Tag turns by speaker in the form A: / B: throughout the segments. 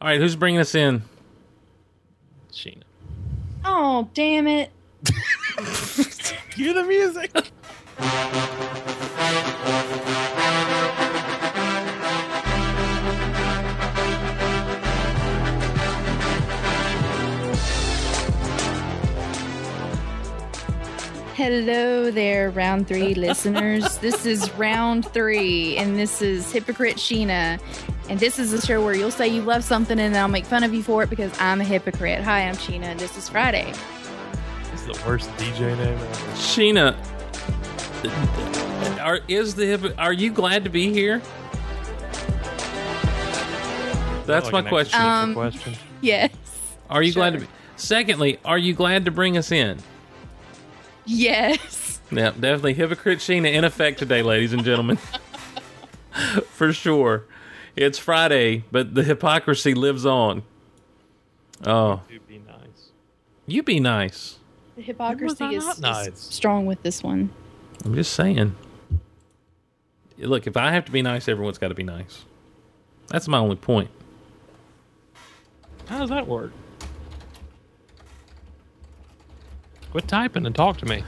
A: All right, who's bringing us in? Sheena.
B: Oh, damn it.
C: Cue the music.
B: Hello there, round three listeners. This is round three, and this is Hypocrite Sheena. And this is a show where you'll say you love something and I'll make fun of you for it because I'm a hypocrite. Hi, I'm Sheena, and this is Friday.
C: It's the worst DJ name ever.
A: Sheena, are is the hip, are you glad to be here? That's
C: Like
A: my
C: an
A: question.
C: existential
B: Um,
C: question.
B: Yes.
A: are you glad to
B: sure.
A: be? Secondly, are you glad to bring us in?
B: Yes.
A: Yeah, definitely hypocrite Sheena in effect today, ladies and gentlemen. For sure, it's Friday, but the hypocrisy lives on. Oh,
C: It'd be nice.
A: you be nice.
B: The
C: hypocrisy
B: hypocrisy
C: When was I is-
B: is,
C: is not nice?
B: strong with this one.
A: I'm just saying. Look, if I have to be nice, everyone's got to be nice. That's my only point.
C: How does that work? Quit typing and talk to me.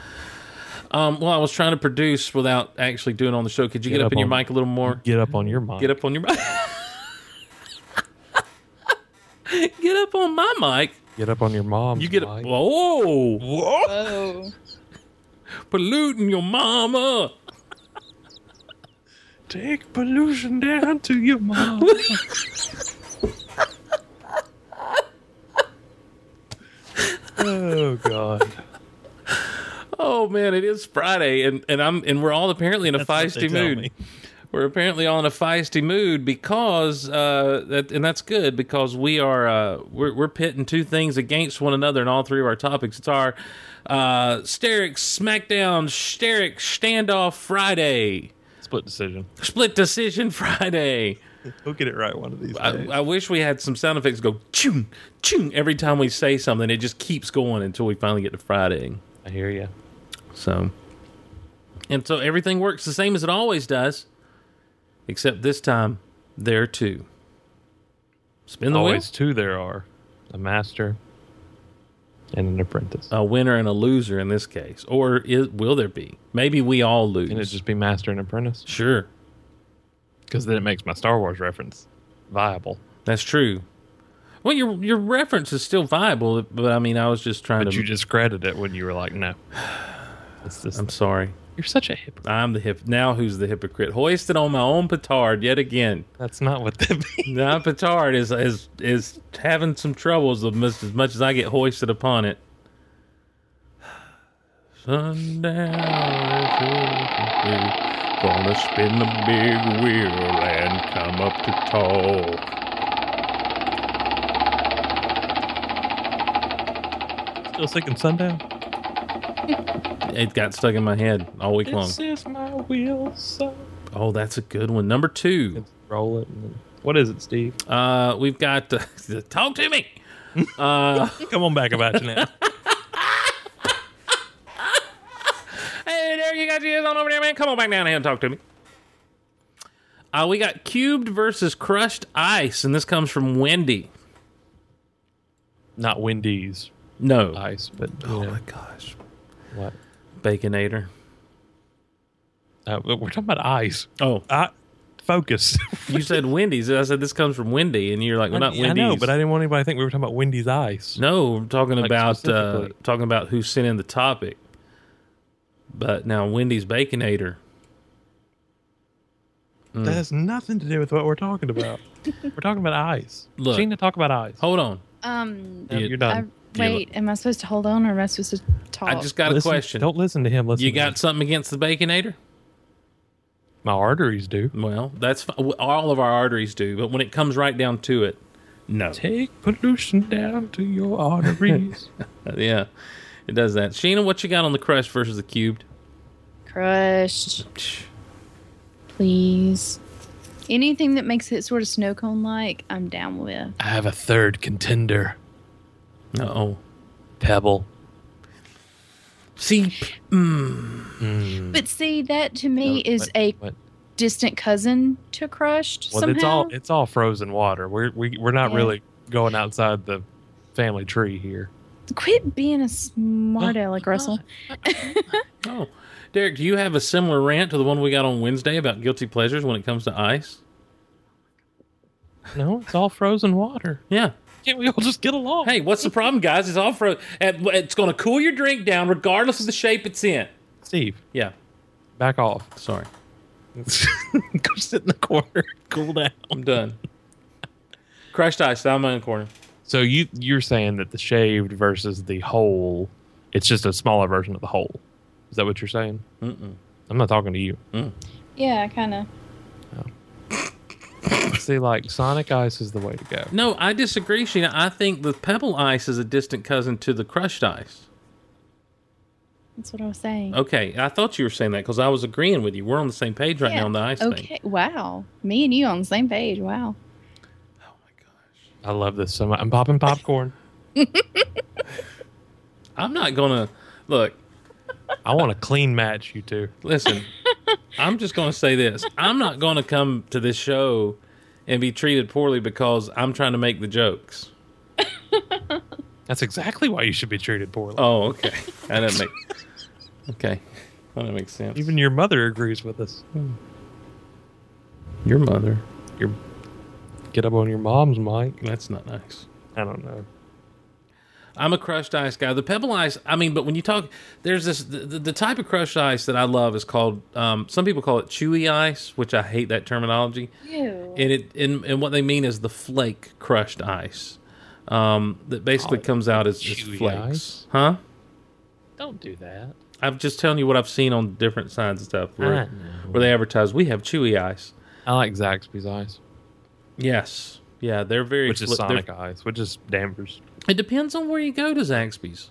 A: Um, well, I was trying to produce without actually doing it on the show. Could you get, up, in your
C: on-
A: mic a little more?
C: Get up on your mic.
A: Get up on your mic. get up on my mic.
C: Get up on your mom's
A: You get up.
C: mic.
A: Whoa,
C: Whoa.
B: Oh.
A: polluting your mama.
C: Take pollution down to your mom. oh God.
A: Oh man, it is Friday, and, and I'm and we're all apparently in a
C: That's what they
A: feisty
C: tell
A: mood.
C: me.
A: We're apparently all in a feisty mood because uh, that, and that's good because we are uh, we're, we're pitting two things against one another in all three of our topics. It's our uh, Steric Smackdown Steric Standoff Friday,
C: Split decision.
A: Split Decision Friday.
C: We'll get it right one of these
A: I,
C: days.
A: I wish we had some sound effects go chung chung every time we say something. It just keeps going until we finally get to Friday.
C: I hear you.
A: So, and so everything works the same as it always does, except this time there are two. Spin the
C: Always
A: Always.
C: two there are a master and an apprentice.
A: A winner and a loser in this case, or is, will there be? Maybe we all lose.
C: Can it just be master and apprentice?
A: sure,
C: Because then it makes my Star Wars reference viable.
A: that's true. Well, your your reference is still viable, but I mean, I was just trying
C: But
A: to.
C: you discredit it when you were like, no. It's this,
A: I'm sorry.
C: you're such a hypocrite.
A: I'm the hip. Now who's the hypocrite? Hoisted on my own petard yet again.
C: That's not what that means.
A: Now petard is is is having some troubles of mis- as much as I get hoisted upon it. Sundown, gonna spin the big wheel and come up to tall.
C: Still singing Sundown?
A: It got stuck in my head all week long.
C: This is my wheel, so.
A: Oh, that's a good one. Number two,
C: Roll it. And then, what is it, Steve?
A: uh, we've got uh, talk to me. Uh,
C: Come on back about you now.
A: Hey there, you got your ears on over there, man. Come on back down here and talk to me. Uh, we got cubed versus crushed ice, and this comes from Wendy.
C: not Wendy's
A: No.
C: ice, but. You
A: oh
C: know,
A: my gosh.
C: what?
A: Baconator.
C: Uh, we're talking about ice.
A: Oh,
C: I, focus.
A: you said Wendy's. and I said this comes from Wendy, and you're like, well, not
C: I
A: Wendy's.
C: know, but I didn't want anybody to think we were talking about Wendy's ice.
A: No, we're talking
C: Like,
A: about uh,
C: specifically.
A: talking about who sent in the topic. But now Wendy's Baconator.
C: That has nothing to do with what we're talking about. we're talking about ice.
A: Look.
C: Sheena, talk about ice.
A: Hold on.
B: Um,
C: No,
A: You-
C: you're
B: I,
C: done.
B: wait, am I supposed to hold on or am I supposed to talk?
A: I just got
C: Listen-
A: a question.
C: Don't listen to him. Listen.
A: You
C: to me.
A: got something against the Baconator?
C: my arteries do.
A: Well, that's fi- all of our arteries do, but when it comes right down to it, no.
C: Take pollution down to your arteries.
A: uh, Yeah, it does that. Sheena, what you got on the crush versus the cubed?
B: crushed. please. Anything that makes it sort of snow cone like, I'm down with.
C: I have a third contender,
A: Uh oh.
C: Pebble.
A: See,
B: But see, that to me
C: No,
B: is
C: what-
B: a
C: what?
B: distant cousin to Crushed
C: Well,
B: somehow.
C: it's all it's all frozen water. We're we, we're not
B: Yeah.
C: really going outside the family tree here.
B: Quit being a smart aleck, Russell.
A: Oh, Derek, do you have a similar rant to the one we got on Wednesday about guilty pleasures when it comes to ice?
C: No, it's all frozen water.
A: Yeah.
C: Can't we all just get along?
A: Hey, what's the problem, guys? It's all fro. at- It's going to cool your drink down, regardless of the shape it's in.
C: Steve,
A: Yeah.
C: back off.
A: Sorry,
C: Go sit in the corner, cool down.
A: I'm done. Crushed ice down my own corner.
C: So you you're saying that the shaved versus the whole, it's just a smaller version of the whole. Is that what you're saying?
A: Mm-mm.
C: I'm not talking to you.
B: Yeah, kind of.
C: See, like Sonic Ice is the way to go.
A: No, I disagree, Sheena. I think the pebble ice is a distant cousin to the crushed ice.
B: That's what I was saying.
C: Oh,
A: Okay, I thought you were saying that because I was agreeing with you. We're on the same page right
B: Yeah.
A: now on the ice
B: okay.
A: thing.
B: Wow. Me and you on the same page. Wow.
A: Oh my gosh,
C: I love this so much. I'm popping popcorn.
A: I'm not gonna look.
C: I want a clean match, you two.
A: Listen, I'm just going to say this. I'm not going to come to this show and be treated poorly because I'm trying to make the jokes.
C: That's exactly why you should be treated poorly.
A: Oh, okay. That doesn't make okay. That doesn't make sense.
C: Even your mother agrees with us.
A: your mother.
C: Your get up on your mom's mic.
A: That's not nice.
C: I don't know.
A: I'm a crushed ice guy. The pebble ice. I mean, but when you talk, there's this the, the, the type of crushed ice that I love is called. Um, some people call it chewy ice, which I hate that terminology.
B: Ew.
A: and it and, and what they mean is the flake crushed ice um, that basically
C: Oh,
A: comes out as just
C: chewy
A: flakes,
C: ice.
A: huh?
C: Don't do that.
A: I'm just telling you what I've seen on different signs and stuff
C: I
A: where,
C: know.
A: where they advertise we have chewy ice.
C: I like Zaxby's ice,
A: Yes, yeah, they're very.
C: which is
A: fli- they're-
C: Sonic ice, which is Danvers.
A: It depends on where you go to Zaxby's.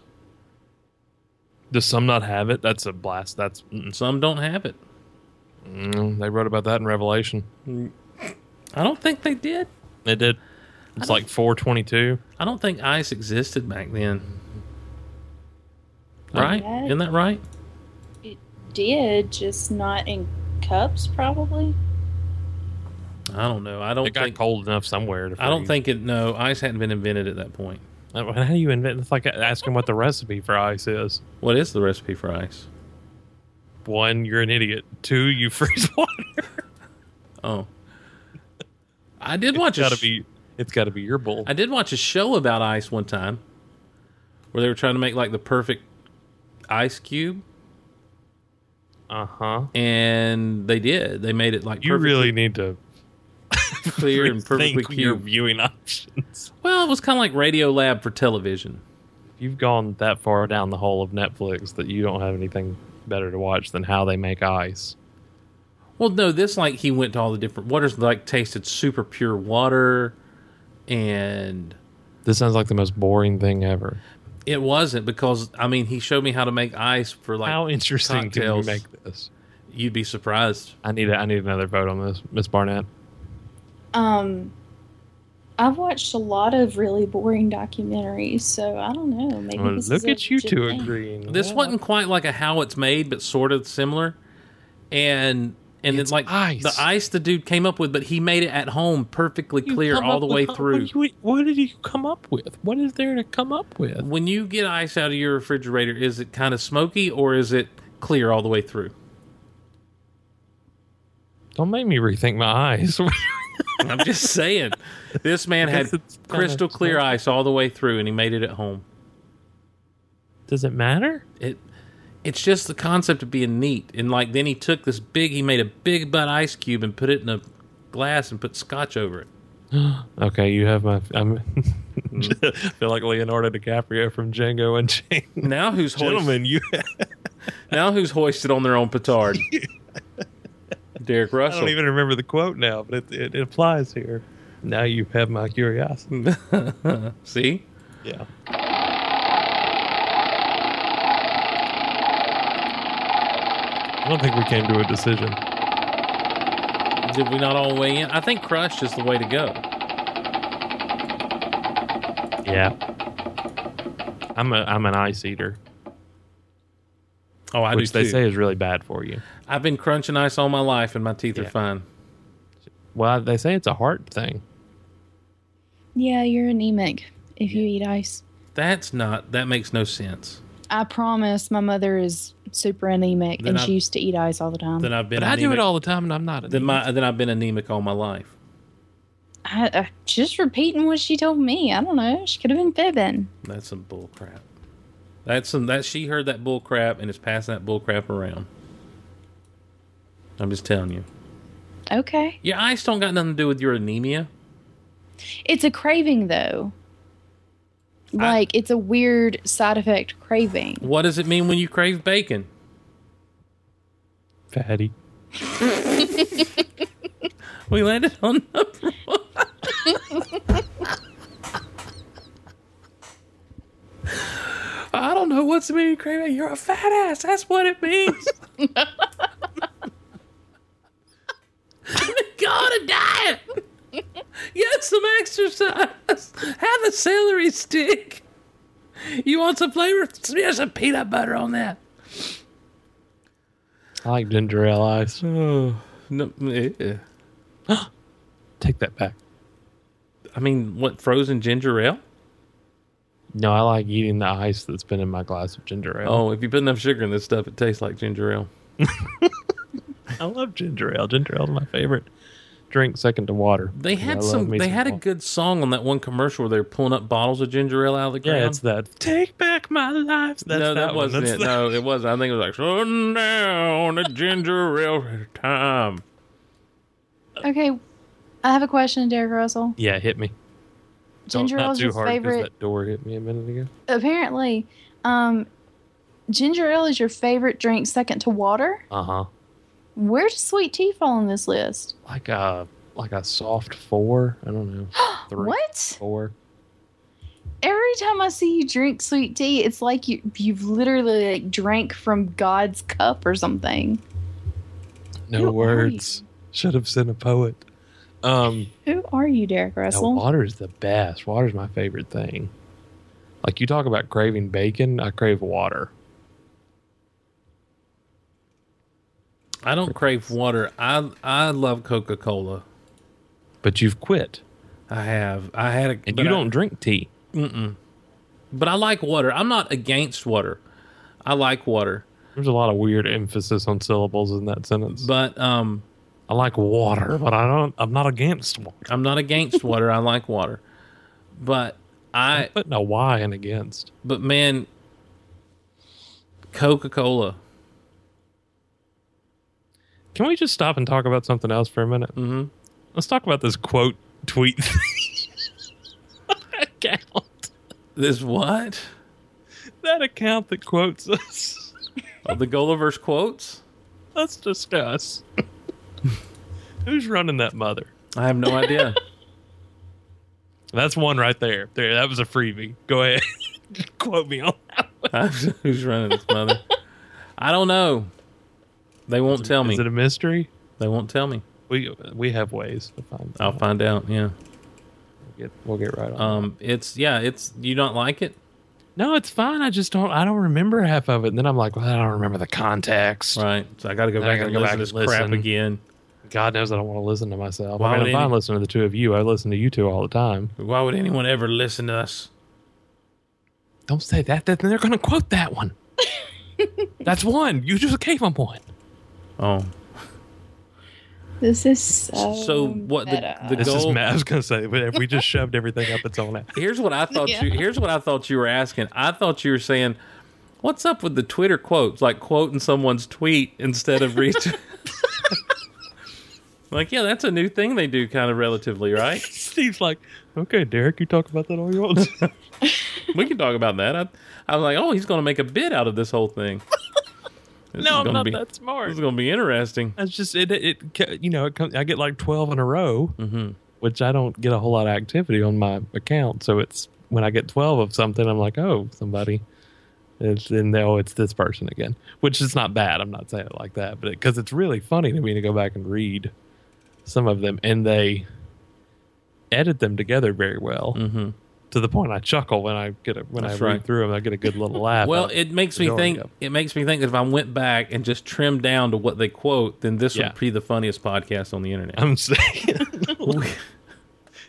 C: Does some not have it? That's a blast. That's mm,
A: Some don't have it.
C: mm, they wrote about that in Revelation.
A: I don't think they did.
C: They did. It's like 422.
A: I don't think ice existed back then. Right?
B: Yeah.
A: Isn't that right?
B: did, just not in cups, probably.
A: I don't know. I don't
C: It got
A: think.
C: cold enough somewhere. To
A: I don't
C: freeze.
A: think it. No, ice hadn't been invented at that point.
C: Uh, How do you invent? It's like asking what the recipe for ice is.
A: What is the recipe for ice?
C: One, you're an idiot. Two, you freeze water.
A: Oh, I did
C: It's
A: watch. a
C: gotta
A: sh-
C: be. It's gotta be your bull.
A: I did watch a show about ice one time, where they were trying to make like the perfect ice cube,
C: Uh huh.
A: and they did. They made it like
C: You
A: perfectly
C: really need to
A: clear and perfectly
C: rethink your
A: cube.
C: viewing options.
A: Well, it was kind of like Radio Lab for television.
C: You've gone that far down the hole of Netflix that you don't have anything better to watch than how they make ice.
A: Well, no, this like he went to all the different waters. Like tasted super pure water, and
C: This sounds like the most boring thing ever.
A: it wasn't because I mean he showed me how to make ice for like
C: How interesting can you
A: cocktails.
C: make this?
A: You'd be surprised.
C: I need a, I need another vote on this, Miss Barnett.
D: Um, I've watched a lot of really boring documentaries, so I don't know. Maybe
C: Well,
D: this is
C: look
D: a
C: at you
D: legit
C: two
D: thing.
C: agreeing.
A: This
C: Well,
A: wasn't quite like a how it's made, but sort of similar. And and then
C: It's
A: like
C: ice.
A: the ice the dude came up with, but he made it at home perfectly
C: you
A: clear
C: come
A: all
C: up
A: the
C: with-
A: way
C: what
A: through.
C: you- What, did you come up with? What is there to come up with?
A: when you get ice out of your refrigerator, is it kind of smoky or is it clear all the way through?
C: Don't make me rethink my eyes.
A: I'm just saying, this man had
C: Because it's kinda
A: crystal clear
C: smoky.
A: ice all the way through, and he made it at home.
C: Does it matter?
A: It it's just the concept of being neat, and like then he took this big, he made a big butt ice cube and put it in a glass and put scotch over it.
C: Okay, you have my. I'm, I feel like Leonardo DiCaprio from Django Unchained.
A: Now who's hoist-
C: Gentlemen, you.
A: Now who's hoisted on their own petard? Derek
C: I
A: Russell.
C: don't even remember the quote now, but it, it, it applies here. Now you have my curiosity.
A: Uh-huh. See?
C: Yeah. I don't think we came to a decision.
A: Did we not all weigh in? I think crushed is the way to go.
C: Yeah. I'm a I'm an ice eater.
A: Oh, I
C: which
A: do
C: they
A: too.
C: say is really bad for you.
A: I've been crunching ice all my life, and my teeth are
C: Yeah.
A: fine.
C: Well, they say it's a heart thing.
B: Yeah, you're anemic if you eat ice.
A: That's not. That makes no sense.
B: I promise my mother is super anemic
A: Then
B: and
A: I-
B: she used to eat ice all the time.
A: Then I've been.
C: But I do
A: anemic-
C: it all the time, and I'm not.
A: Then my. Then I've been anemic all my life.
B: I, I,
D: uh, Just repeating what she told me. I don't know. She could have been fibbing.
A: That's some bull crap. That's some. That she heard that bull crap and is passing that bull crap around. I'm just telling you.
D: Okay.
A: Your ice don't got nothing to do with your anemia.
B: it's a craving though.
A: Like,
B: it's a weird side effect craving.
A: What does it mean when you crave bacon?
C: fatty.
A: We landed on number one. I don't know what's the meaning of craving. You're a fat ass. That's what it means. Go on a diet. Get some exercise. Have a celery stick. You want some flavor? Smear some peanut butter on that.
C: I like ginger ale ice.
A: Oh, no, eh.
C: Take that back.
A: I mean, what, frozen ginger ale?
C: No, I like eating the ice that's been in my glass of ginger ale.
A: Oh, if you put enough sugar in this stuff, it tastes like ginger ale.
C: I love ginger ale. Ginger ale is my favorite drink, second to water.
A: They
C: Yeah, I
A: had
C: love
A: some.
C: me
A: They had a
C: water.
A: good song on that one commercial where they were pulling up bottles of ginger ale out of the ground.
C: Yeah, it's that. Take back my life. That's
A: no, that,
C: one.
A: wasn't
C: That's
A: it.
C: that-
A: No, it wasn't. I think it was like "Sun down a ginger ale time."
D: Okay. I have a question, Derek Russell.
C: Yeah, it hit me.
D: Ginger
C: Not
D: ale is
C: too
D: your
C: hard 'cause
D: favorite.
C: That door hit me a minute ago.
D: Apparently, um, ginger ale is your favorite drink, second to water.
C: Uh huh.
D: Where does sweet tea fall on this list?
C: Like a like a soft four. I don't know. Three,
D: What?
C: Four.
D: Every time I see you drink sweet tea, it's like you you've literally like drank from God's cup or something.
C: No
D: Who are
C: words. Should have sent a poet. Um.
D: Who are you, Derek
C: No,
D: Russell?
C: water is the best. Water is my favorite thing. Like you talk about craving bacon, I crave water.
A: I don't crave water. I I love Coca Cola.
C: But you've quit,
A: I have. I had a.
C: and
A: but
C: you
A: I-
C: don't drink tea.
A: But I like water. I'm not against water. I like water,
C: There's a lot of weird emphasis on syllables in that sentence.
A: but um,
C: I like water, but I don't. I'm not against water.
A: I'm not against water. I like water, but I.
C: Putting a Y in against.
A: But man, Coca Cola.
C: Can we just stop and talk about something else for a minute?
A: Mm-hmm.
C: Let's talk about this quote tweet account.
A: This what?
C: That account that quotes us.
A: Oh, the Gulliver's quotes?
C: Let's discuss. Who's running that mother?
A: I have no idea.
C: That's one right there. There, that was a freebie. Go ahead, quote me on that.
A: Who's running this mother? I don't know. They won't tell me.
C: Is it a mystery?
A: they won't tell me.
C: We we have ways to find.
A: I'll
C: out.
A: find out. Yeah.
C: We'll get, we'll get right on.
A: Um. It's yeah. It's you don't like it,
C: no, it's fine. I just don't. I don't remember half of it, and then I'm like, well, I don't remember the context.
A: right? So I got to go
C: Then I
A: back and
C: gotta go
A: listen
C: back
A: to this
C: and
A: crap
C: listen.
A: again.
C: God knows I don't want to listen to myself.
A: Why
C: I mean,
A: would
C: I'm fine
A: any-
C: listening to the two of you. I listen to you two all the time.
A: Why would anyone ever listen to us?
C: Don't say that. that then they're going to quote that one. That's one. You just gave them one.
A: Oh,
D: This is so.
A: so what? The,
D: meta.
A: the
C: This is
A: goal.
C: mad. I was going to say, but if we just shoved everything up its own ass.
A: Here's what I thought
D: Yeah.
A: you here's what I thought you were asking. I thought you were saying, What's up with the Twitter quotes? Like quoting someone's tweet instead of reach Like, yeah, that's a new thing they do kind of relatively, right?
C: Steve's like, okay, Derek, you talk about that all you want.
A: We can talk about that. I, I was like, oh, he's gonna make a bit out of this whole thing. This is
C: no, I'm
A: gonna
C: not
A: be-
C: that
A: This
C: smart.
A: is gonna be interesting.
C: That's just it. It, it you know, it comes, I get like twelve in a row,
A: Mhm.
C: which I don't get a whole lot of activity on my account. So it's when I get twelve of something, I'm like, oh, somebody. It's and oh, it's this person again, which is not bad. I'm not saying it like that, but because it's really funny to me to go back and read some of them, and they edit them together very well.
A: Mm-hmm.
C: to the point I chuckle when I get a, when
A: That's
C: I read
A: right.
C: through them. I get a good little laugh.
A: Well,
C: out of
A: it makes
C: the
A: me
C: door
A: think.
C: again.
A: It makes me think that if I went back and just trimmed down to what they quote, then this
C: Yeah.
A: would be the funniest podcast on the internet.
C: I'm saying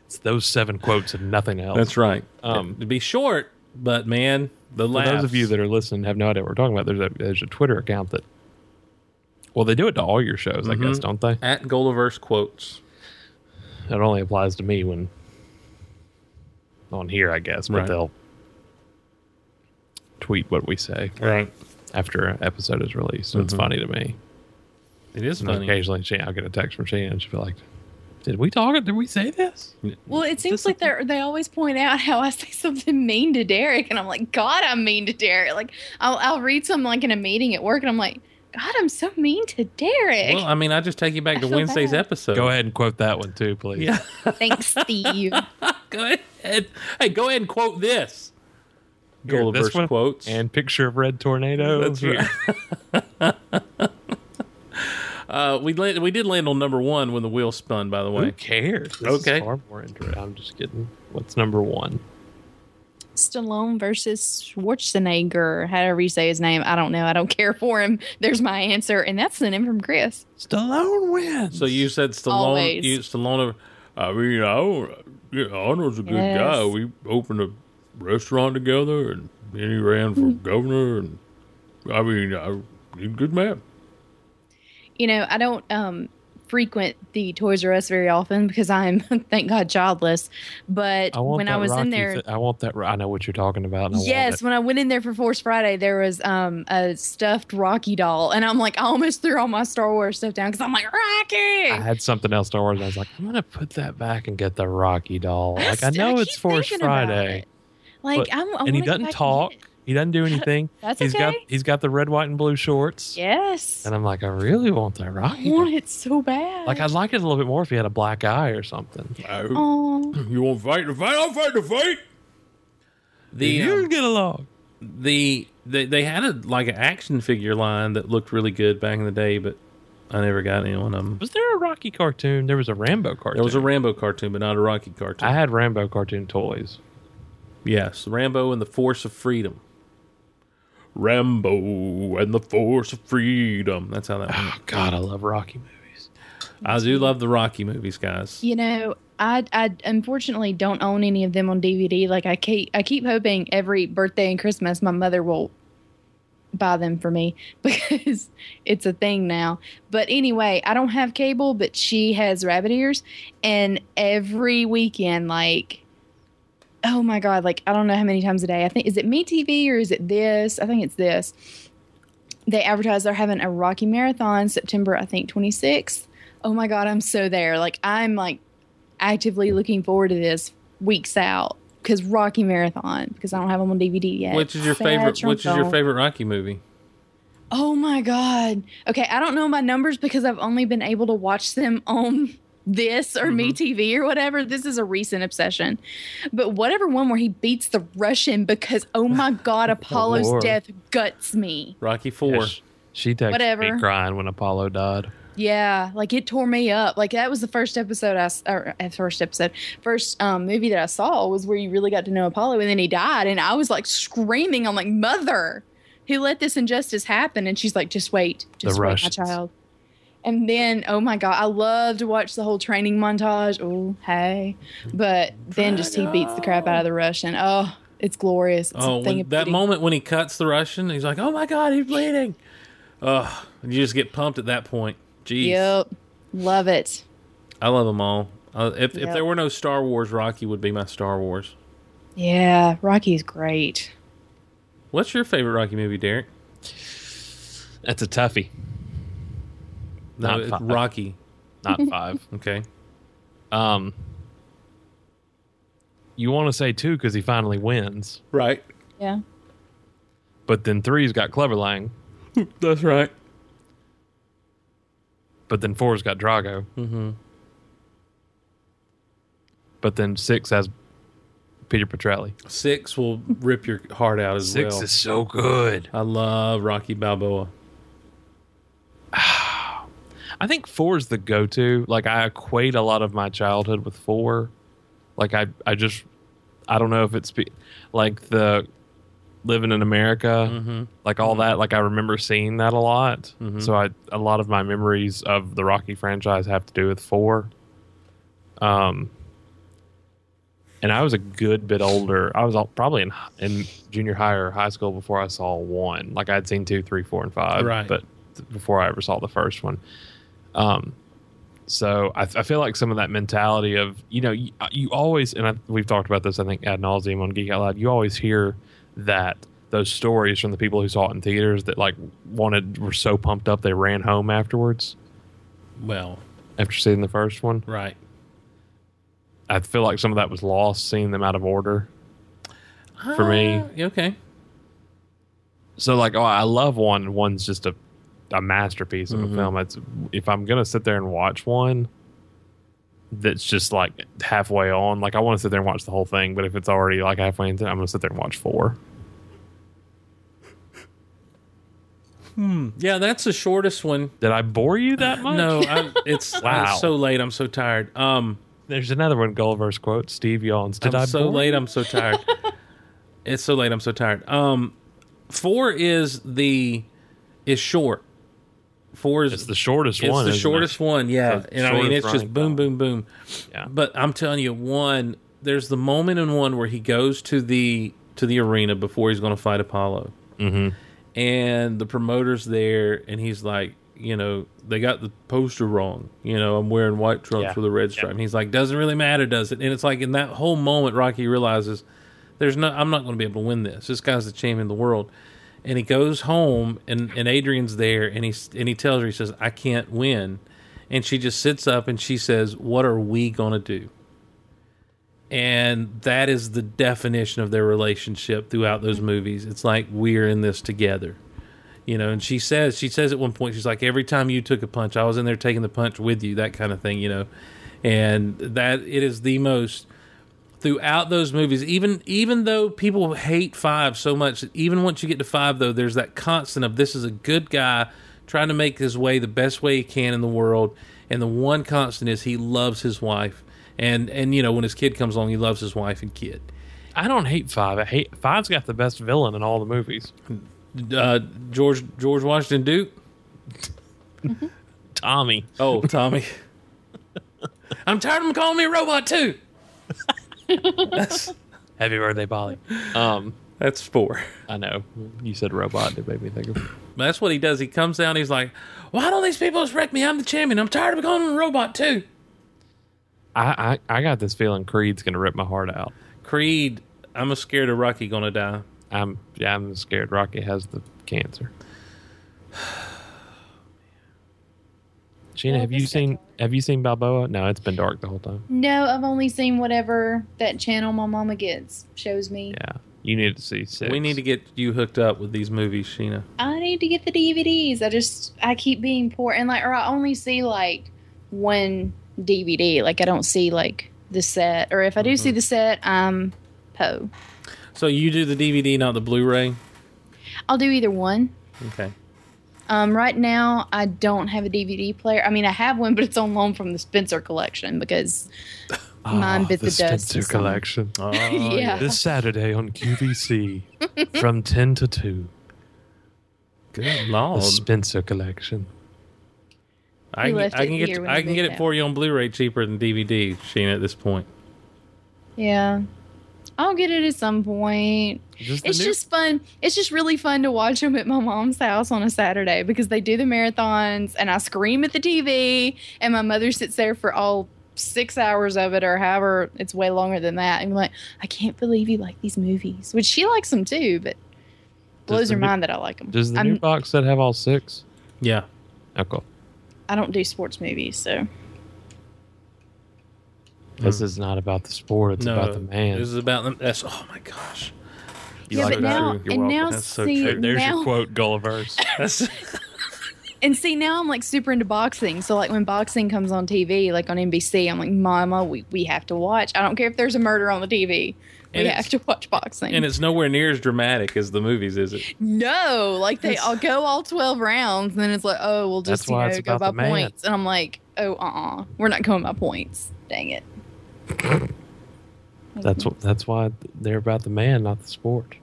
C: it's those seven quotes and nothing else.
A: That's right.
C: Um,
A: It'd be short, but man, the
C: For
A: laughs.
C: those of you that are listening and have no idea what we're talking about, there's a there's a Twitter account that well, they do it to all your shows, I guess, don't they?
A: at Golaverse quotes.
C: It only applies to me when on here, I guess, but
A: Right.
C: they'll tweet what we say
A: Right.
C: after an episode is released. It's funny to me.
A: It is
C: And
A: funny.
C: occasionally, she, I'll get a text from Sheena and she'll be like, "Did we talk? Did we say this?"
D: Well, it seems like they they always point out how I say something mean to Derek, and I'm like, God, I'm mean to Derek. Like, I'll, I'll read something like in a meeting at work, and I'm like, God, I'm so mean to Derek.
A: Well, I mean, I just take you back
D: I
A: to
D: feel
A: Wednesday's
D: bad.
A: episode.
C: Go ahead and quote that one too, please.
A: Yeah.
D: Thanks, Steve.
A: go ahead. Hey, go ahead and quote this.
C: Here, this
A: Gulliver's
C: one
A: quotes.
C: and picture of red tornado.
A: That's
C: here.
A: uh, we land, we did land on number one when the wheel spun. By the
C: Who
A: way,
C: cares? This is
A: Okay.
C: far more interesting. I'm just kidding. What's number one?
D: Stallone versus Schwarzenegger, however you say his name. I don't know. I don't care for him. There's my answer, and that's the name from Chris.
C: Stallone wins.
A: so you said Stallone.
D: Always.
A: You, Stallone. uh, I mean, I, don't- yeah, Arnold's a good
D: Yes.
A: guy. We opened a restaurant together, and then he ran for
D: Mm-hmm.
A: governor. And I mean, I, he's a good man.
D: You know, I don't um, frequent the Toys R Us very often because I'm, thank God, childless. But
C: I want
D: when
C: that
D: I was
C: Rocky
D: in there,
C: thi- I want that. Ro- I know what you're talking about. and I want
D: Yes,
C: it.
D: when I went in there for Force Friday, there was um, a stuffed Rocky doll, and I'm like, I almost threw all my Star Wars stuff down because I'm like, Rocky.
C: I had something else Star Wars. And I was like, I'm gonna put that back and get the Rocky doll. Like
D: still
C: I know
D: keep
C: it's Force
D: thinking about Oh
C: Friday,
D: it. Like,
C: but-
D: I'm, I
C: and he
D: wanna go
C: doesn't
D: back
C: talk.
D: and get it.
C: He doesn't do anything.
D: That's
C: He's
D: okay.
C: got he's got the red, white, and blue shorts.
D: yes,
C: And I'm like, I really want that
D: I
C: Rocky.
D: want
C: doll.
D: it so bad.
C: Like I'd like it a little bit more if he had a black eye or something.
D: Oh,
A: Uh, You want to fight the fight? I'll fight the fight. The um,
C: you get along.
A: the they, they had a like an action figure line that looked really good back in the day, but I never got any one of them.
C: Was there a Rocky cartoon? There was a Rambo cartoon.
A: There was a Rambo cartoon, but not a Rocky cartoon.
C: I had Rambo cartoon toys.
A: yes, Rambo and the Force of Freedom. Rambo and the Force of Freedom. That's how that went.
C: Oh God, I love Rocky movies.
A: I do love the Rocky movies, guys.
D: you know, I I unfortunately don't own any of them on DVD. Like I keep I keep hoping every birthday and Christmas my mother will buy them for me because it's a thing now. But anyway, I don't have cable, but she has rabbit ears, and every weekend, like, oh my god, like I don't know how many times a day. I think is it Me TV or is it this? I think it's this. They advertise they're having a Rocky Marathon September, I think twenty sixth. Oh my god, I'm so there. Like I'm like actively looking forward to this weeks out because Rocky Marathon because I don't have them on DVD yet.
A: Which is your
D: Sad
A: favorite? Which is your
D: trombone.
A: favorite Rocky movie?
D: Oh my god. Okay, I don't know my numbers because I've only been able to watch them on this or me TV or whatever. This is a recent obsession. But whatever one where he beats the Russian because oh my god, Apollo's
C: Lord.
D: death guts me.
A: Rocky Four.
C: Yeah, sh- she texted
D: Whatever.
C: me crying when Apollo died.
D: Yeah, like it tore me up. Like that was the first episode I s- or uh, first episode, first um, movie that I saw was where you really got to know Apollo, and then he died, and I was like screaming. I'm like, mother, who let this injustice happen? And she's like, just wait, just wait,
C: Russians.
D: my child. And then, oh my god, I love to watch the whole training montage. Oh hey, but then just he beats the crap out of the Russian. Oh, it's glorious. It's a
A: Oh,
D: thing
A: when,
D: of
A: that
D: beauty.
A: moment when he cuts the Russian, he's like, "Oh my God, he's bleeding!" Ugh, you just get pumped at that point. Jeez.
D: Yep, love it.
A: I love them all. Uh, if if
D: Yep.
A: there were no Star Wars, Rocky would be my Star Wars.
D: Yeah, Rocky's great.
A: What's your favorite Rocky movie, Derek?
C: That's a toughie.
A: No,
C: Not
A: it's
C: five.
A: Rocky.
C: Not five.
A: Okay.
C: um, you want to say two because he finally wins,
A: Right.
D: Yeah.
C: but then three's got Cleverlang,
A: That's right.
C: but then four's got Drago, mm-hmm. but then six has Peter Petrelli.
A: Six will rip your heart out as
C: Six
A: well.
C: is so good.
A: I love Rocky Balboa.
C: I think four is the go-to. Like I equate a lot of my childhood with four. Like I, I just, I don't know if it's be- like the living in America, like all that. Like I remember seeing that a lot. So I a lot of my memories of the Rocky franchise have to do with four. Um, and I was a good bit older. I was all, probably in hi- in junior high or high school before I saw one. Like I'd seen two, three, four, and five,
A: Right.
C: but th- before I ever saw the first one. Um, so I, I feel like some of that mentality of you know you, you always and I, we've talked about this I think ad nauseum on Geek Out Loud. You always hear that those stories from the people who saw it in theaters that like wanted were so pumped up they ran home afterwards
A: Well,
C: after seeing the first one.
A: right.
C: I feel like some of that was lost seeing them out of order. For me.
D: Uh,
A: Ah, okay.
C: so like oh i love one one's just a a masterpiece
A: Mm-hmm.
C: of a film it's if i'm gonna sit there and watch one that's just like halfway on like i want to sit there and watch the whole thing but if it's already like halfway into i'm gonna sit there and watch four
A: Yeah, that's the shortest one.
C: did i bore you that much
A: No, I'm, it's
C: Wow.
A: I'm so late. I'm so tired. Um,
C: there's another one gulliver's quote steve yawns did
A: I'm
C: i
A: so
C: bore
A: late.
C: you?
A: I'm so tired. it's so late. I'm so tired. Um, four is the is short. Four is
C: it's the shortest
A: it's
C: one
A: the
C: isn't it?
A: shortest one. Yeah,
C: So
A: and I mean
C: shortest
A: it's just boom,
C: running time.
A: boom, boom.
C: Yeah.
A: But I'm telling you, one there's the moment in one where he goes to the to the arena before he's going to fight Apollo, mm-hmm. and the promoter's there, and he's like, you know, they got the poster wrong. You know, I'm wearing white trunks
C: Yeah.
A: with a red
C: Yeah.
A: stripe, and he's like, doesn't really matter, does it? And it's like in that whole moment, Rocky realizes there's no I'm not going to be able to win this. This guy's the champion of the world. And he goes home and, and Adrian's there and he and he tells her he says I can't win. And she just sits up and she says, "What are we going to do?" And that is the definition of their relationship throughout those movies. It's like we're in this together. You know, and she says she says at one point she's like every time you took a punch, I was in there taking the punch with you, that kind of thing, you know. And that it is the most throughout those movies even even though people hate five so much even once you get to five though there's that constant of this is a good guy trying to make his way the best way he can in the world and the one constant is he loves his wife and and you know when his kid comes along he loves his wife and kid
C: i don't hate five i hate five's got the best villain in all the movies
A: uh, george george washington duke
C: tommy
A: oh tommy i'm tired of him calling me a robot too that's
C: happy birthday polly um
A: that's four
C: i know you said robot it made me think of
A: That's what he does. He comes down. He's like, "Why don't these people respect me? I'm the champion. I'm tired of calling him a robot too."
C: I, I I got this feeling Creed's gonna rip my heart out.
A: Creed, I'm scared of Rocky gonna die.
C: I'm yeah, I'm scared. Rocky has the cancer. Sheena, have you seen have you seen Balboa? No, it's been dark the whole time.
D: No, I've only seen whatever that channel my mama gets shows me.
C: Yeah, you need to see six.
A: We need to get you hooked up with these movies, Sheena.
D: I need to get the DVDs. I just I keep being poor and like or I only see like one DVD. Like I don't see like the set or if I do see the set, I'm Poe.
A: So you do the DVD, not the Blu-ray.
D: I'll do either one.
A: Okay.
D: Um, right now I don't have a DVD player. I mean I have one, but it's on loan from the Spencer collection because mine bit the dust
C: Ah, Spencer
D: this summer.
C: collection
A: Oh,
D: Yeah.
C: this Saturday on QVC from ten to two.
A: Good
C: The
A: lord.
C: Spencer collection.
A: I
D: We
A: can,
D: left
A: I
D: it
A: can
D: here
A: get
D: when
A: I
D: we
A: can get
D: moved
A: it for you on Blu-ray cheaper than DVD, Sheena. At this point,
D: Yeah. I'll get it at some point.
C: Just
D: It's just fun. It's just really fun to watch them at my mom's house on a Saturday because they do the marathons and I scream at the TV and my mother sits there for all six hours of it or however it's way longer than that and I'm like I can't believe you like these movies which she likes them too but blows
C: the
D: her
C: new-
D: mind that I like them.
C: does the new
D: I'm,
C: box set have all six?
A: yeah.
C: Oh, cool.
D: I don't do sports movies so
C: This is not about the sport. It's
A: Hmm. no,
C: about the man.
A: This is about them. That's oh my gosh. You
D: yeah
A: like
D: but
A: that?
D: now
A: You're
D: and
A: welcome.
D: now
A: That's so
D: see
A: true.
C: There's
D: now
C: your quote, Gulliver's.
A: That's,
D: And see, now I'm like super into boxing. So like when boxing comes on TV, like on NBC, I'm like, Mama, we, we have to watch. I don't care if there's a murder on the TV.
A: And
D: we
A: it's-
D: have to watch boxing.
A: and it's nowhere near as dramatic as the movies, is it?
D: no, like they all go all 12 rounds, and then it's like, oh, we'll just
C: That's
D: you
C: why
D: know
C: it's
D: go
C: about
D: by
C: the man.
D: points. And I'm like, oh, uh, uh-uh, we're not going by points. Dang it.
C: That's wh- that's why they're about the man, not the sport.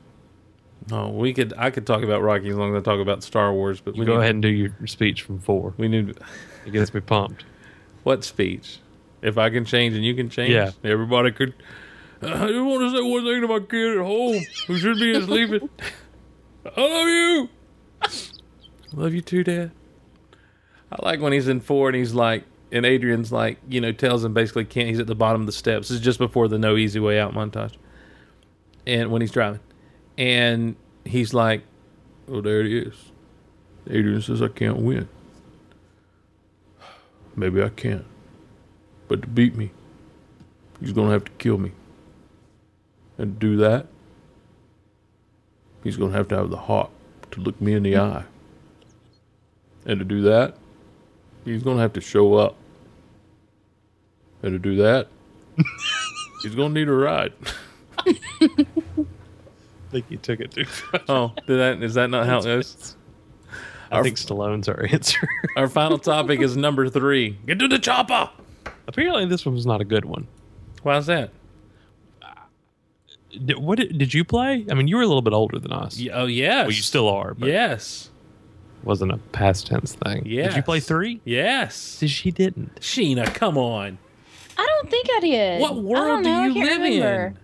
A: Oh, we could. I could talk about Rocky as long as I talk about Star Wars. But we
C: You go
A: need,
C: ahead and do your speech from four.
A: We need
C: It gets me pumped.
A: what speech? If I can change and you can change,
C: Yeah.
A: everybody could. I just want to say one thing to my kid at home who should be sleeping. I love you. I love you too, Dad. I like when he's in four and he's like, and Adrian's like, you know, tells him basically can't. He's at the bottom of the steps. This is just before the no easy way out montage. And when he's driving, and he's like, oh, there it is. Adrian says, I can't win. Maybe I can. But to beat me, he's going to have to kill me. And to do that, he's going to have to have the heart to look me in the eye. And to do that, he's going to have to show up. And to do that, he's going to need a ride.
C: I think you took it too. far.
A: Oh, did that, is that not how it goes?
C: I think Stallone's our answer.
A: Our final topic is number three. Get to the chopper!
C: Apparently, this one was not a good one.
A: Why's that?
C: Did, what did, did you play? I mean, you were a little bit older than us.
A: Y- Oh, yes.
C: Well, you still are. But
A: Yes.
C: it wasn't a past tense thing.
A: Yes.
C: Did you play three?
A: Yes.
C: See, she didn't.
A: Sheena, come on.
B: I don't think I did.
A: What world
B: I don't know.
A: do you
B: I
A: live
B: can't remember.
A: in?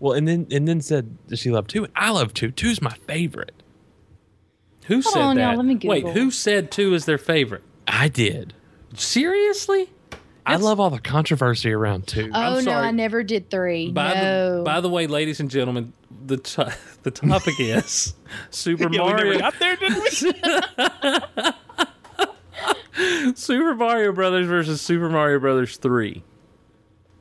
C: Well, and then and then said that she loved two. And I love two. Two's my favorite.
A: Who said
B: on, y'all,
A: that?
B: let me
A: Wait,
B: Google.
A: who said two is their favorite?
C: I did.
A: Seriously?
C: I love all the controversy around two.
A: I'm
B: Oh no,
A: sorry.
B: I never did three.
A: By
B: no.
A: the by the way, ladies and gentlemen, the to- the topic is Super
C: Yeah, we never
A: Mario
C: got there, did we?
A: Super Mario Brothers versus Super Mario Brothers 3.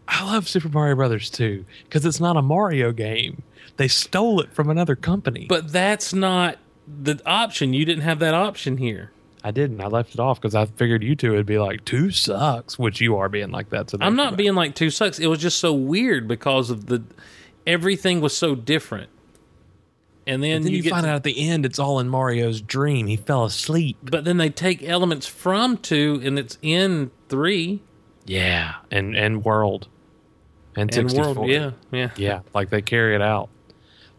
C: I love Super Mario Brothers 2 because it's not a Mario game. They stole it from another company.
A: But that's not the option. You didn't have that option here.
C: I didn't. I left it off because I figured you two would be like, two sucks, which you are being like that. So
A: I'm
C: there's
A: not
C: that.
A: being like two sucks. It was just so weird because of the everything was so different. And then,
C: And then you,
A: get
C: find
A: to-
C: out at the end it's all in Mario's dream. He fell asleep.
A: but then they take elements from two and it's in three
C: Yeah. And and World. And,
A: and
C: 64.
A: world. Yeah, yeah.
C: Yeah, like they carry it out.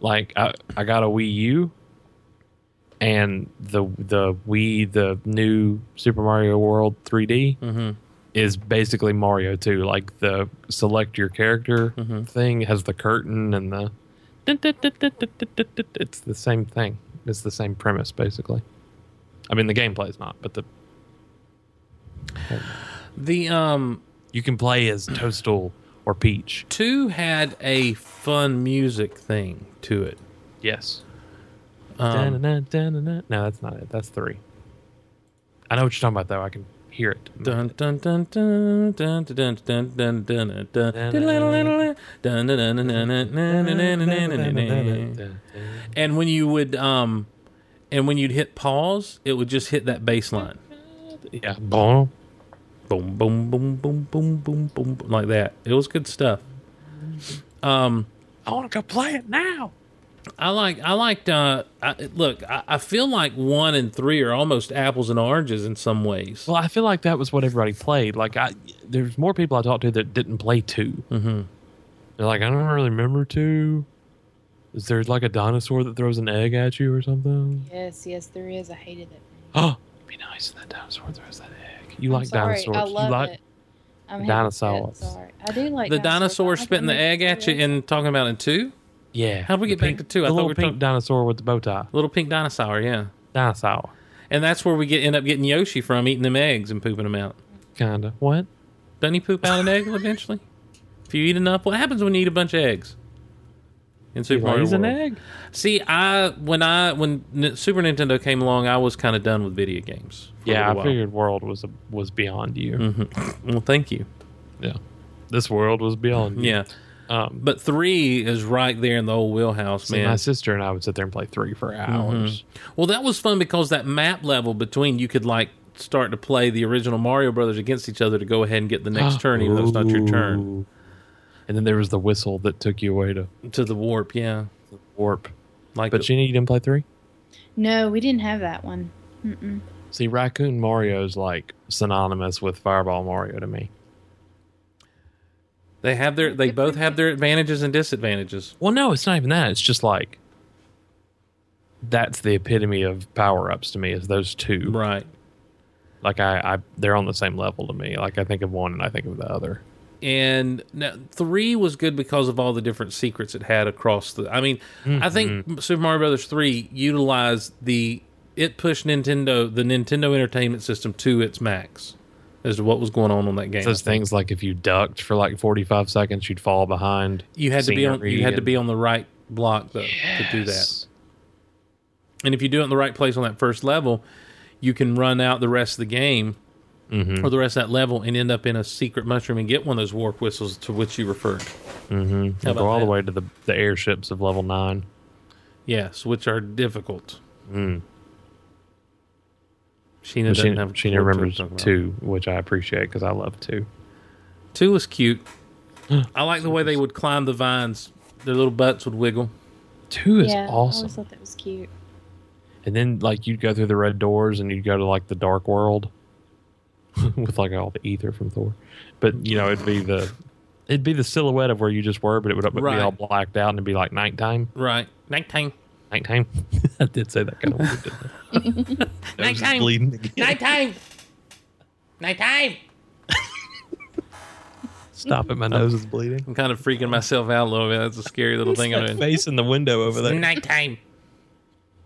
C: Like I, I got a Wii U, and the the Wii the new Super Mario World 3D is basically Mario 2. Like the select your character thing has the curtain and the. It's the same thing. It's the same premise basically. I mean, the gameplay's not, but the
A: The um
C: you can play as Toadstool or Peach.
A: two had a fun music thing to it.
C: Yes.
A: Um,
C: Da-na-na, da-na-na. No, that's not it. That's three. I know what you're talking about, though. I can hear it.
A: dun dun dun dun dun dun dun dun dun dun dun dun dun dun and when you would um and when you'd hit pause it would just hit that bass line
C: Yeah. Boom.
A: boom boom boom boom boom boom boom boom, like that it was good stuff um
C: I want to go play it now.
A: I like I liked uh I, look I, I feel like one and three are almost apples and oranges in some ways
C: Well, I feel like that was what everybody played. Like, I there's more people I talked to that didn't play 2 Mm-hmm. They're like, I don't really remember two. Is there like a dinosaur that throws an egg at you or something?
D: Yes, yes, there is. I hated it.
C: Oh, it'd be nice if that dinosaur throws that egg. You
D: I'm
C: like
D: sorry.
C: dinosaurs?
D: I love
C: you like
D: it. I'm happy
C: dinosaurs.
D: with that. Sorry, I do like
A: the dinosaur
D: dinosaurs. I
A: spitting the
D: like
A: egg at you
D: dinosaurs.
A: and talking about in two
C: yeah.
A: How'd we
C: the
A: get back
C: pink-
A: to two? I
C: The
A: thought we
C: little
A: were
C: pink
A: talking-
C: dinosaur with the bow tie.
A: little pink dinosaur yeah
C: Dinosaur.
A: and that's where we get end up getting Yoshi from eating them eggs and pooping them out
C: Kinda. What?
A: doesn't he poop out an egg eventually if you eat enough what happens when you eat a bunch of eggs in Super Mario
C: He's an
A: World?
C: egg.
A: See, I when I when N- Super Nintendo came along, I was kind of done with video games. for a
C: Yeah,
A: little
C: I
A: while.
C: figured world was was beyond you.
A: Mm-hmm. Well, thank you.
C: Yeah, this world was beyond.
A: Yeah,
C: you. Um,
A: but three is right there in the old wheelhouse,
C: so
A: man. Mm-hmm.
C: my sister and I would sit there and play three for hours.
A: Well, that was fun because that map level between you could like start to play the original Mario Brothers against each other to go ahead and get the next turn, even though it's not your turn
C: Ah. Ooh. And then there was the whistle that took you away to
A: to the warp. Yeah,
C: warp.
A: like
C: But Jenny, you didn't play three.
B: No, we didn't have that one. Mm-mm.
C: See, Raccoon Mario's like synonymous with Fireball Mario to me.
A: They have their they both have their advantages and disadvantages.
C: Well, no, it's not even that. It's just like that's the epitome of power ups to me is those two.
A: Right.
C: Like I, I, they're on the same level to me. Like I think of one and I think of the other.
A: and now, three was good because of all the different secrets it had across the. I mean, I
C: Mm-hmm.
A: think Super Mario Brothers three utilized the it pushed Nintendo the Nintendo Entertainment System to its max as to what was going on on that game.
C: Those things like if you ducked for like forty five seconds, you'd fall behind.
A: you had to be on
C: scenery
A: you had to
C: and-
A: be on the right block though to do that.
C: Yes.
A: And if you do it in the right place on that first level, you can run out the rest of the game
C: Mm-hmm.
A: or the rest of that level and end up in a secret mushroom and get one of those warp whistles to which you referred. Mm-hmm.
C: Go all the way to the the airships of level nine.
A: Yes, which are difficult. Sheena
C: But
A: doesn't
C: she,
A: have a
C: she
A: clue what
C: remembers
A: you're talking about.
C: two, which I appreciate because I love two.
A: Two was cute. I like the way they would climb the vines. Their little butts would wiggle.
C: Two is
D: yeah, I
C: awesome.
D: always thought that was cute.
C: And then like you'd go through the red doors and you'd go to like the dark world with like all the ether from Thor. But you know, it'd be the it'd be the silhouette of where you just were, but it would, it would
A: Right.
C: be all blacked out and it'd be like nighttime.
A: Right. Nighttime.
C: Nighttime. I did say that kind of weird. Didn't I? I was just
A: Nighttime.
C: bleeding again.
A: Nighttime. Nighttime.
C: Stop it, my nose is bleeding.
A: I'm kind of freaking myself out a little bit. That's a scary little thing. I'm
C: That
A: doing.
C: face in the window over there.
A: Nighttime.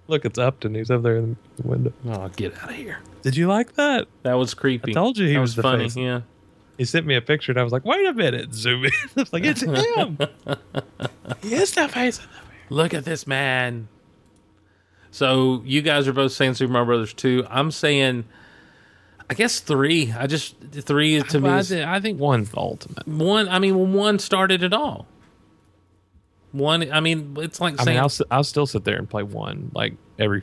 C: Look, it's Upton. He's over there in the window.
A: Oh, get out of here.
C: Did you like that?
A: That was creepy.
C: I told you he
A: that
C: was the
A: funny.
C: face.
A: Yeah.
C: He sent me a picture and I was like, wait a minute, zoom in. I was like, it's him. he is that face.
A: Look at this man. So you guys are both saying Super Mario Brothers two. I'm saying, I guess three. I just three to me.
C: Well, I,
A: is-
C: thi- I think one's the ultimate.
A: One. I mean, one started it all. One. I mean, it's like
C: I
A: saying
C: mean, I'll, s- I'll still sit there and play one like every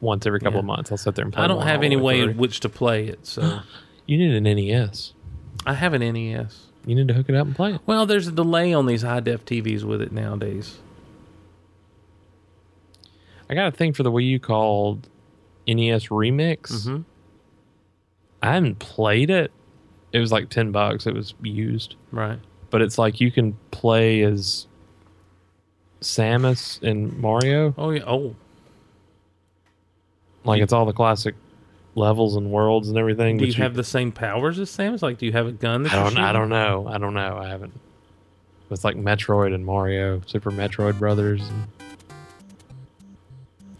C: once every couple
A: Yeah.
C: of months. I'll sit there and play.
A: I don't
C: one
A: have
C: all
A: any
C: the
A: way in
C: through.
A: which to play it. So
C: you need an NES.
A: I have an NES.
C: You need to hook it up and play it.
A: Well, there's a delay on these high def TVs with it nowadays.
C: I got a thing for the Wii U called NES Remix.
A: Mhm.
C: I haven't played it. It was like ten bucks. It was used,
A: Right.
C: but it's like you can play as Samus and Mario.
A: Oh yeah. Oh.
C: Like it's all the classic levels and worlds and everything.
A: Do
C: but
A: you have the same powers as Samus? Like, do you have a gun? That
C: I
A: you're
C: don't. I
A: shooting?
C: don't know. I don't know. I haven't. It's like Metroid and Mario, Super Metroid Brothers.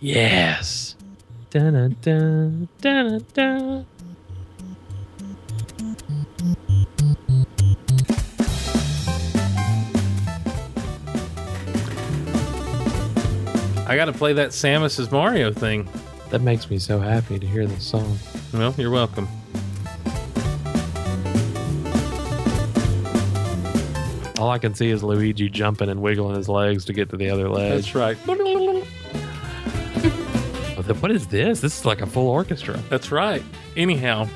C: Yes. Dun dun dun dun.
A: I got to play that Samus as Mario thing.
C: That makes me so happy to hear this song.
A: Well, you're welcome.
C: All I can see is Luigi jumping and wiggling his legs to get to the other ledge.
A: That's right.
C: What is this? This is like a full orchestra.
A: That's right. Anyhow,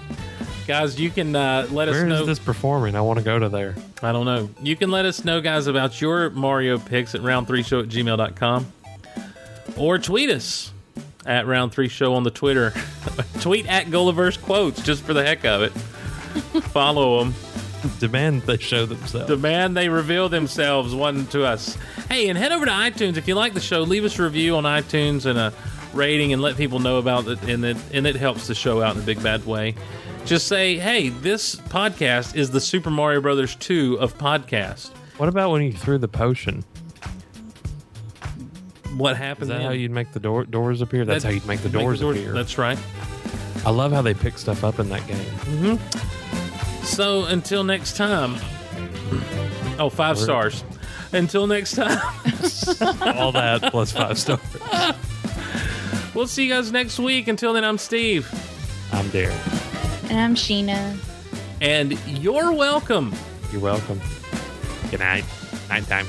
A: guys, you can uh, let us
C: Where
A: know.
C: is this performing? I want to go to there.
A: I don't know. You can let us know, guys, about your Mario picks at round3show at gmail.com or tweet us at round3show on the Twitter. tweet at Gulliver's Quotes just for the heck of it. Follow them.
C: Demand they show themselves.
A: demand they reveal themselves one to us. Hey, and head over to iTunes if you like the show. Leave us a review on iTunes and a rating, and let people know about it. And it and it helps the show out in a big bad way. Just say, hey, this podcast is the Super Mario Brothers two of podcast.
C: what about when you threw the potion?
A: What happened?
C: Is that
A: then?
C: how you'd make the door, doors appear? That's
A: That-
C: how you'd make the doors appear.
A: That's right.
C: I love how they pick stuff up in that game.
A: So until next time. Oh, five stars. Until next time.
C: All that plus five stars.
A: We'll see you guys next week. Until then, I'm Steve.
C: I'm Derek.
B: And I'm Sheena.
A: And you're welcome.
C: You're welcome. Good night. Nighttime.